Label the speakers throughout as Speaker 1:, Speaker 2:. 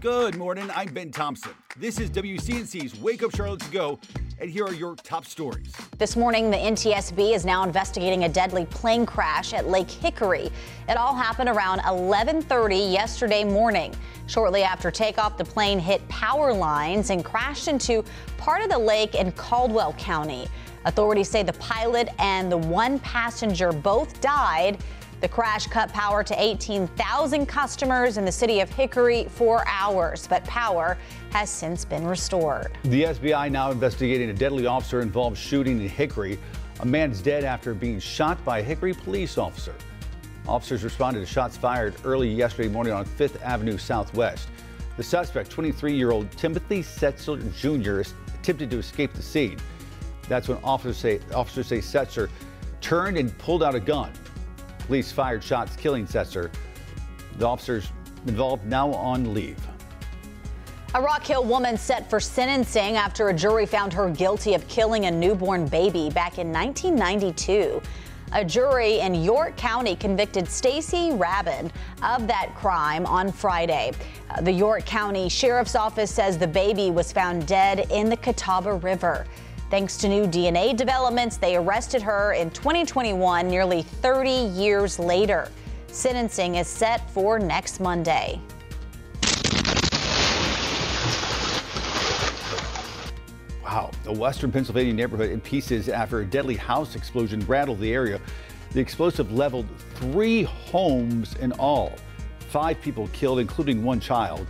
Speaker 1: Good morning. I'm Ben Thompson. This is WCNC's Wake Up Charlotte to Go, and here are your top stories.
Speaker 2: This morning, the NTSB is now investigating a deadly plane crash at Lake Hickory. It all happened around 11:30 yesterday morning. Shortly after takeoff, the plane hit power lines and crashed into part of the lake in Caldwell County. Authorities say the pilot and the one passenger both died. The crash cut power to 18,000 customers in the city of Hickory for hours, but power has since been restored.
Speaker 1: The SBI now investigating a deadly officer involved shooting in Hickory. A man's dead after being shot by a Hickory police officer. Officers responded to shots fired early yesterday morning on 5th Avenue Southwest. The suspect, 23 year old Timothy Setzer Jr., attempted to escape the scene. That's when officers say, officers say Setzer turned and pulled out a gun. Police fired shots, killing Setzer. The officers involved now on leave.
Speaker 2: A Rock Hill woman set for sentencing after a jury found her guilty of killing a newborn baby back in 1992. A jury in York County convicted Stacy Rabin of that crime on Friday. Uh, The York County Sheriff's Office says the baby was found dead in the Catawba River. Thanks to new DNA developments, they arrested her in 2021, nearly 30 years later. Sentencing is set for next Monday.
Speaker 1: Wow. A western Pennsylvania neighborhood in pieces after a deadly house explosion rattled the area. The explosive leveled three homes in all. Five people killed, including one child.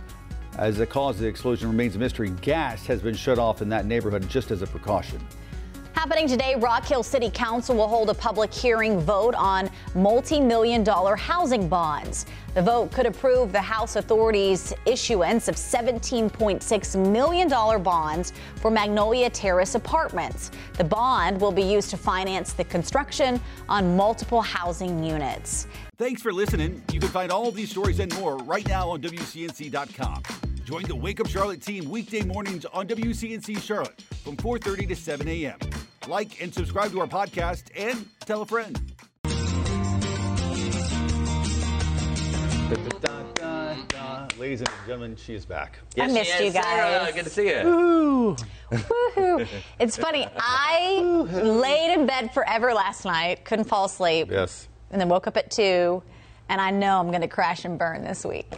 Speaker 1: As the cause of the explosion remains a mystery, gas has been shut off in that neighborhood just as a precaution.
Speaker 2: Happening today, Rock Hill City Council will hold a public hearing vote on multi-million dollar housing bonds. The vote could approve the House authorities' issuance of $17.6 million bonds for Magnolia Terrace Apartments. The bond will be used to finance the construction on multiple housing units.
Speaker 1: Thanks for listening. You can find all these stories and more right now on WCNC.com. Join the Wake Up Charlotte team weekday mornings on WCNC Charlotte from 4:30 to 7 a.m. Like and subscribe to our podcast and tell a friend. Ladies and gentlemen, she is back.
Speaker 2: I missed you guys.
Speaker 3: Sarah, good to see you.
Speaker 2: Woohoo. It's funny. I laid in bed forever last night, couldn't fall asleep.
Speaker 4: Yes.
Speaker 2: And then woke up at two, and I know I'm going to crash and burn this week.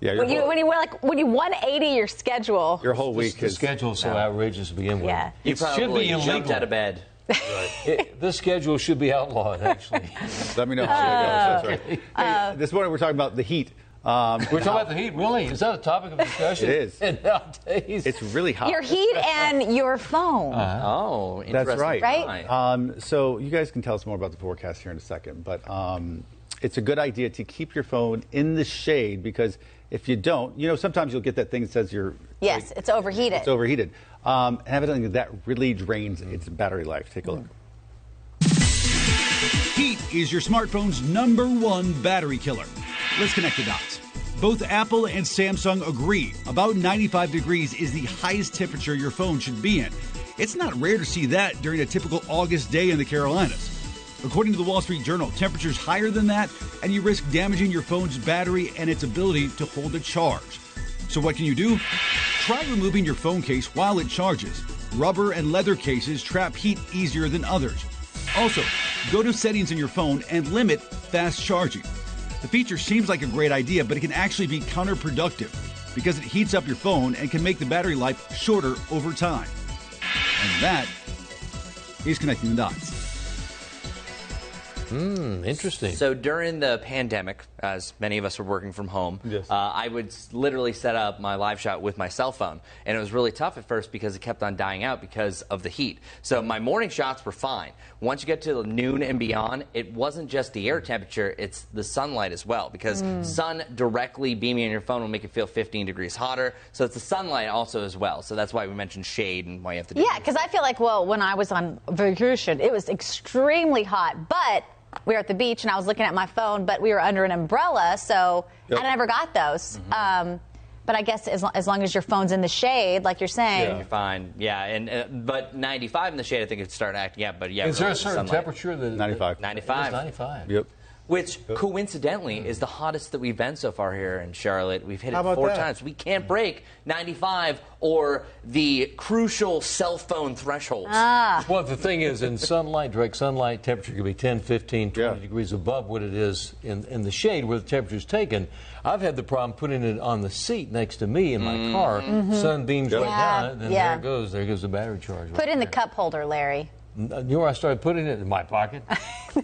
Speaker 4: Yeah, your
Speaker 2: When you
Speaker 4: whole,
Speaker 2: when you were like when you 180 your schedule.
Speaker 4: your whole
Speaker 5: This-
Speaker 4: week
Speaker 5: the
Speaker 4: is
Speaker 5: schedule's so outrageous to begin with.
Speaker 2: Yeah.
Speaker 3: You
Speaker 5: It should
Speaker 3: probably
Speaker 5: be
Speaker 3: jumped
Speaker 5: illegal.
Speaker 3: out of bed.
Speaker 5: It- this schedule should be outlawed, actually.
Speaker 4: Let me know how it goes. That's right. Hey,
Speaker 2: Oh.
Speaker 4: this morning we're talking about the heat. Um,
Speaker 5: We're talking about the heat, really? Is that a topic of discussion?
Speaker 4: It is.
Speaker 5: And nowadays,
Speaker 4: it's really hot.
Speaker 2: Your heat and your phone.
Speaker 4: Uh-huh.
Speaker 3: Oh,
Speaker 4: That's
Speaker 3: interesting
Speaker 4: right.
Speaker 2: Right?
Speaker 3: guy.
Speaker 4: Um, so you guys can tell us more about the forecast here in a second, but um, it's a good idea to keep your phone in the shade because if you don't, you know, sometimes you'll get that thing that says you're
Speaker 2: yes, it's overheated.
Speaker 4: it's overheated. Um, and evidently that really drains its battery life. Take a look.
Speaker 1: Heat is your smartphone's number one battery killer. Let's connect the dots. Both Apple and Samsung agree about 95 degrees is the highest temperature your phone should be in. It's not rare to see that during a typical August day in the Carolinas. According to the Wall Street Journal, temperatures higher than that, and you risk damaging your phone's battery and its ability to hold a charge. So, what can you do? Try removing your phone case while it charges. Rubber and leather cases trap heat easier than others. Also, go to settings in your phone and limit fast charging. The feature seems like a great idea, but it can actually be counterproductive because it heats up your phone and can make the battery life shorter over time. And that is connecting the dots.
Speaker 5: interesting.
Speaker 3: So during the pandemic, as many of us were working from home,
Speaker 4: Yes.
Speaker 3: uh, I would s- literally set up my live shot with my cell phone, and it was really tough at first because it kept on dying out because of the heat. So my morning shots were fine. Once you get to noon and beyond, it wasn't just the air temperature; it's the sunlight as well, because
Speaker 2: Hmm.
Speaker 3: sun directly beaming on your phone will make it feel 15 degrees hotter. So it's the sunlight also as well. So that's why we mentioned shade and why you have to. Do
Speaker 2: yeah, because I feel like well when I was on vacation it was extremely hot, but we were at the beach and I was looking at my phone, but we were under an umbrella, so
Speaker 4: Yep. Mm-hmm.
Speaker 2: I never got those. Um, but I guess as, lo- as long as your phone's in the shade, like you're saying,
Speaker 3: You're fine. Yeah, and uh, but 95 in the shade, I think it's starting acting. Yeah, but yeah.
Speaker 5: is there
Speaker 3: really
Speaker 5: a
Speaker 3: the
Speaker 5: certain
Speaker 3: sunlight.
Speaker 5: temperature that
Speaker 4: 95.
Speaker 3: 95.
Speaker 5: It's 95.
Speaker 4: Yep.
Speaker 3: which coincidentally
Speaker 5: Mm.
Speaker 3: is the hottest that we've been so far here in Charlotte. We've hit
Speaker 4: How
Speaker 3: it
Speaker 4: about
Speaker 3: four
Speaker 4: that?
Speaker 3: times. We can't break 95 or the crucial cell phone thresholds.
Speaker 2: Ah.
Speaker 5: Well, the thing is, in sunlight, direct sunlight, temperature could be 10, 15, 20
Speaker 4: Yeah.
Speaker 5: degrees above what it is in, in the shade where the temperature's taken. I've had the problem putting it on the seat next to me in my
Speaker 3: Mm.
Speaker 5: car.
Speaker 3: Mm-hmm.
Speaker 5: Sun beams right
Speaker 2: Yeah,
Speaker 5: down it, and
Speaker 2: yeah.
Speaker 5: there it goes. There goes the battery charge.
Speaker 2: Put it in the cup holder, Larry.
Speaker 5: the. You know where I started putting it? In my pocket.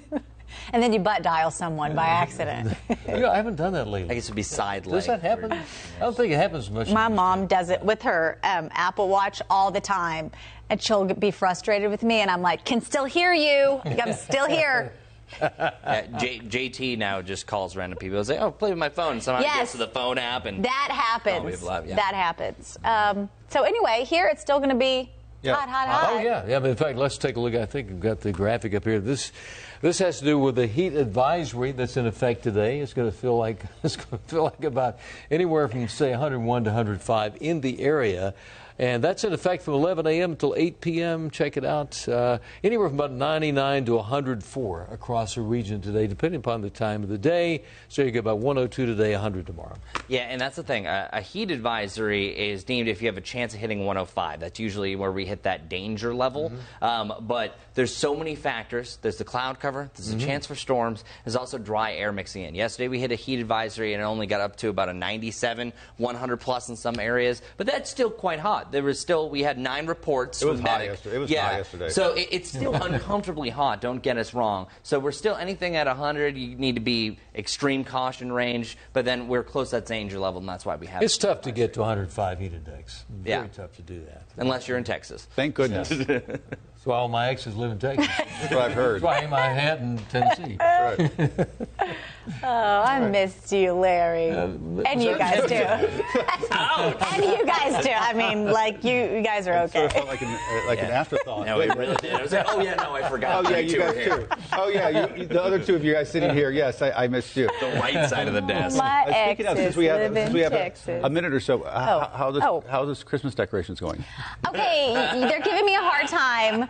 Speaker 2: And then you butt dial someone by accident.
Speaker 5: you know, I haven't done that lately.
Speaker 3: I guess it would be side
Speaker 5: Does that happen? I don't think it happens much.
Speaker 2: My mom does it with her um, Apple Watch all the time, and she'll be frustrated with me, and I'm like, "Can still hear you. I'm still here."
Speaker 3: J- JT now just calls random people and say, "Oh, play with my phone." And somehow he
Speaker 2: Yes.
Speaker 3: gets to the phone app and
Speaker 2: That happens.
Speaker 3: Oh, we love- yeah.
Speaker 2: That happens. Um, so anyway, here it's still going to be
Speaker 4: Yeah.
Speaker 2: hot, hot, hot.
Speaker 5: Oh yeah, yeah. but In fact, let's take a look. I think we've got the graphic up here. This, this has to do with the heat advisory that's in effect today. It's going to feel like it's going to feel like about anywhere from say 101 to 105 in the area, and that's in effect from 11 a.m. till 8 p.m. Check it out. Uh, anywhere from about 99 to 104 across the region today, depending upon the time of the day. So you get about 102 today, 100 tomorrow.
Speaker 3: Yeah, and that's the thing. A, a heat advisory is deemed if you have a chance of hitting 105. That's usually where we hit that danger level. Um, but there's so many factors. There's the cloud cover. There's a chance for storms. There's also dry air mixing in. Yesterday we hit a heat advisory and it only got up to about a 97, 100 plus in some areas. But that's still quite hot. There was still we had nine reports.
Speaker 4: It was
Speaker 3: from
Speaker 4: hot
Speaker 3: medic.
Speaker 4: yesterday. It was
Speaker 3: yeah.
Speaker 4: hot yesterday.
Speaker 3: So it, it's still uncomfortably hot. Don't get us wrong. So we're still anything at 100. You need to be extreme caution range, but then we're close to that danger level, and that's why we have.
Speaker 5: It's
Speaker 3: it.
Speaker 5: tough to get to 105 heat index. Very
Speaker 3: Yeah.
Speaker 5: tough to do that.
Speaker 3: unless you're in Texas.
Speaker 4: Thank goodness. That's
Speaker 5: That's why all my exes live in Texas.
Speaker 4: what I've heard.
Speaker 5: That's why I hang my hat in Tennessee.
Speaker 4: Right.
Speaker 2: Oh, I missed you, Larry.
Speaker 4: Uh,
Speaker 2: and you guys too. and you guys too. I mean, like you, you guys are
Speaker 4: Sort of
Speaker 2: okay.
Speaker 4: felt like an, uh, like an afterthought.
Speaker 3: No, it really did. I was like, oh yeah, no, I forgot.
Speaker 4: Oh yeah,
Speaker 3: You two
Speaker 4: you
Speaker 3: were
Speaker 4: guys
Speaker 3: here.
Speaker 4: too. Oh yeah, you, you- the other two of you guys sitting here. Yes, I, I missed you.
Speaker 3: The right side of the desk.
Speaker 2: My
Speaker 4: Uh, speaking of,
Speaker 2: exes
Speaker 4: since we have,
Speaker 2: live
Speaker 4: since
Speaker 2: in
Speaker 4: we have a,
Speaker 2: Texas.
Speaker 4: a minute or so, uh,
Speaker 2: Oh.
Speaker 4: how, how this
Speaker 2: Oh.
Speaker 4: how this Christmas decorations going?
Speaker 6: okay, they're giving me a hard time.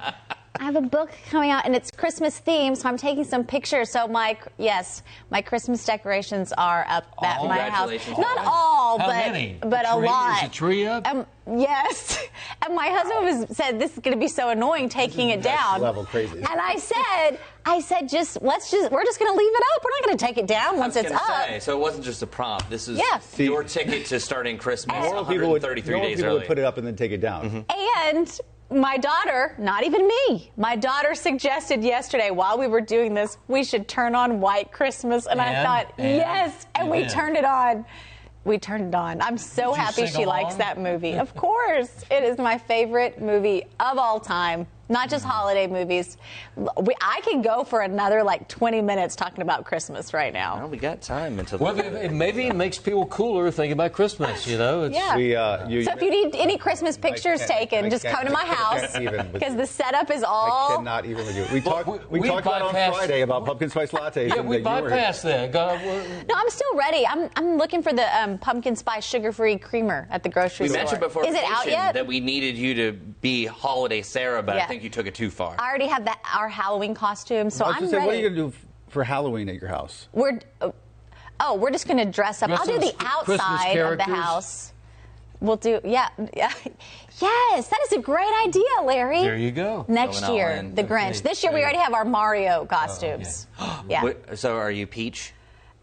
Speaker 6: I have a book coming out and it's Christmas themed, so I'm taking some pictures.
Speaker 2: So my yes, my Christmas decorations are up at
Speaker 5: All?
Speaker 2: my house.
Speaker 3: Congratulations.
Speaker 2: Not
Speaker 3: How
Speaker 2: all,
Speaker 5: How
Speaker 2: but
Speaker 5: many?
Speaker 2: but a
Speaker 5: tree?
Speaker 2: lot.
Speaker 5: Is the tree up?
Speaker 2: Um, yes. And my husband was said this is going to be so annoying taking it down.
Speaker 4: level crazy.
Speaker 2: And I said, I said just let's just we're just going to leave it up. We're not going to take it down once
Speaker 3: I was
Speaker 2: it's
Speaker 3: gonna
Speaker 2: up.
Speaker 3: say, so it wasn't just a prompt. This is
Speaker 2: Yeah.
Speaker 3: your ticket to starting Christmas.
Speaker 4: Normal people would,
Speaker 3: 133
Speaker 4: normal
Speaker 3: days
Speaker 4: people
Speaker 3: early.
Speaker 4: would put it up and then take it down.
Speaker 5: Mm-hmm.
Speaker 2: And my daughter, not even me, my daughter suggested yesterday while we were doing this, we should turn on White Christmas. And, I
Speaker 5: And-
Speaker 2: thought,
Speaker 5: and-
Speaker 2: yes. And we
Speaker 5: and.
Speaker 2: turned it on. We turned it on. I'm so
Speaker 5: you
Speaker 2: happy
Speaker 5: sing
Speaker 2: she likes
Speaker 5: along?
Speaker 2: that movie. Of course. It is my favorite movie of all time. Not just
Speaker 4: Mm-hmm.
Speaker 2: holiday movies. We, I could go for another like 20 minutes talking about Christmas right now.
Speaker 3: Well, we got time until.
Speaker 5: Well, it, it maybe it makes people cooler thinking about Christmas, you know? It's,
Speaker 2: Yeah.
Speaker 4: We, uh, you,
Speaker 2: So if you need any Christmas pictures
Speaker 4: can't-
Speaker 2: taken,
Speaker 4: I
Speaker 2: just
Speaker 4: can't-
Speaker 2: come to my
Speaker 4: I can't
Speaker 2: house
Speaker 4: even with
Speaker 2: because
Speaker 4: you.
Speaker 2: the setup is
Speaker 4: I
Speaker 2: all
Speaker 4: cannot even with you. We talked
Speaker 5: we-
Speaker 4: we,
Speaker 5: we
Speaker 4: talked about on
Speaker 5: bypassed-
Speaker 4: Friday about pumpkin spice lattes.
Speaker 5: Yeah,
Speaker 4: and
Speaker 5: we
Speaker 4: that you were here.
Speaker 5: bypassed that. God, well,
Speaker 2: No, I'm still ready. I'm, I'm looking for the um, pumpkin spice sugar-free creamer at the grocery
Speaker 3: we
Speaker 2: store.
Speaker 3: mentioned before
Speaker 2: Is it out
Speaker 3: vacation
Speaker 2: yet?
Speaker 3: that we needed you to be holiday Sarah, but I
Speaker 2: Yeah.
Speaker 3: think you took it too far.
Speaker 2: I already have that our Halloween costume, so
Speaker 4: I was
Speaker 2: I'm
Speaker 4: just saying,
Speaker 2: ready.
Speaker 4: what are you gonna do f- for Halloween at your house?
Speaker 2: We're uh, oh, we're just gonna dress up.
Speaker 5: Dress
Speaker 2: I'll do
Speaker 5: up
Speaker 2: the
Speaker 5: as Christmas
Speaker 2: outside of the
Speaker 5: characters?
Speaker 2: house. We'll do yeah, yeah. yes. That is a great idea, Larry.
Speaker 5: there you go.
Speaker 2: Next
Speaker 3: Going all
Speaker 2: year,
Speaker 3: in.
Speaker 2: the Grinch.
Speaker 5: Okay.
Speaker 2: This year, we already have our
Speaker 5: Oh,
Speaker 2: Mario costumes. yeah.
Speaker 3: What- so are you Peach?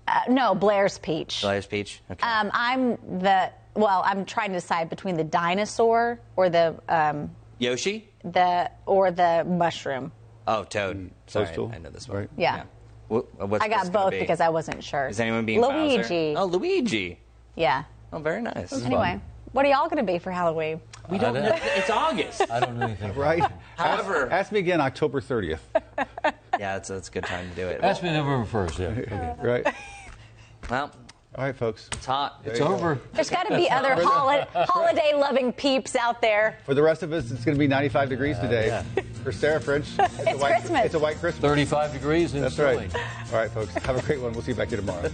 Speaker 2: Uh, no, Blair's Peach.
Speaker 3: Elias Peach? Okay.
Speaker 2: Um, I'm the well. I'm trying to decide between the dinosaur or the um,
Speaker 3: Yoshi?
Speaker 2: the or the mushroom.
Speaker 3: Oh, Toad. Sorry,
Speaker 4: Toadstool,
Speaker 3: I know this one.
Speaker 4: right?
Speaker 2: Yeah.
Speaker 3: Wh- what's
Speaker 2: I
Speaker 3: this
Speaker 2: got
Speaker 3: gonna
Speaker 2: both
Speaker 3: be?
Speaker 2: because I wasn't sure.
Speaker 3: Is anyone being Bowser?
Speaker 2: Luigi?
Speaker 3: Oh, Luigi.
Speaker 2: Yeah.
Speaker 3: Oh, very nice.
Speaker 2: Anyway, what are y'all going to be for Halloween?
Speaker 3: We don't
Speaker 5: I
Speaker 3: know. It's August.
Speaker 5: I don't know anything. about
Speaker 4: Right.
Speaker 5: it.
Speaker 3: However,
Speaker 4: Ask me again October 30th.
Speaker 3: yeah, that's, that's a good time to do it.
Speaker 5: Ask me November 1st, yeah. Okay.
Speaker 4: Right.
Speaker 3: Well,
Speaker 4: All right, folks.
Speaker 3: it's hot.
Speaker 5: It's over.
Speaker 2: There's got to be other holi- holiday loving peeps out there.
Speaker 4: For the rest of us, it's going to be 95 degrees today. For Sarah French, it's, a
Speaker 2: It's
Speaker 4: white,
Speaker 2: Christmas.
Speaker 4: It's a white Christmas.
Speaker 5: 35 degrees and
Speaker 4: That's
Speaker 5: chilly.
Speaker 4: right. All right, folks. Have a great one. We'll see you back here tomorrow.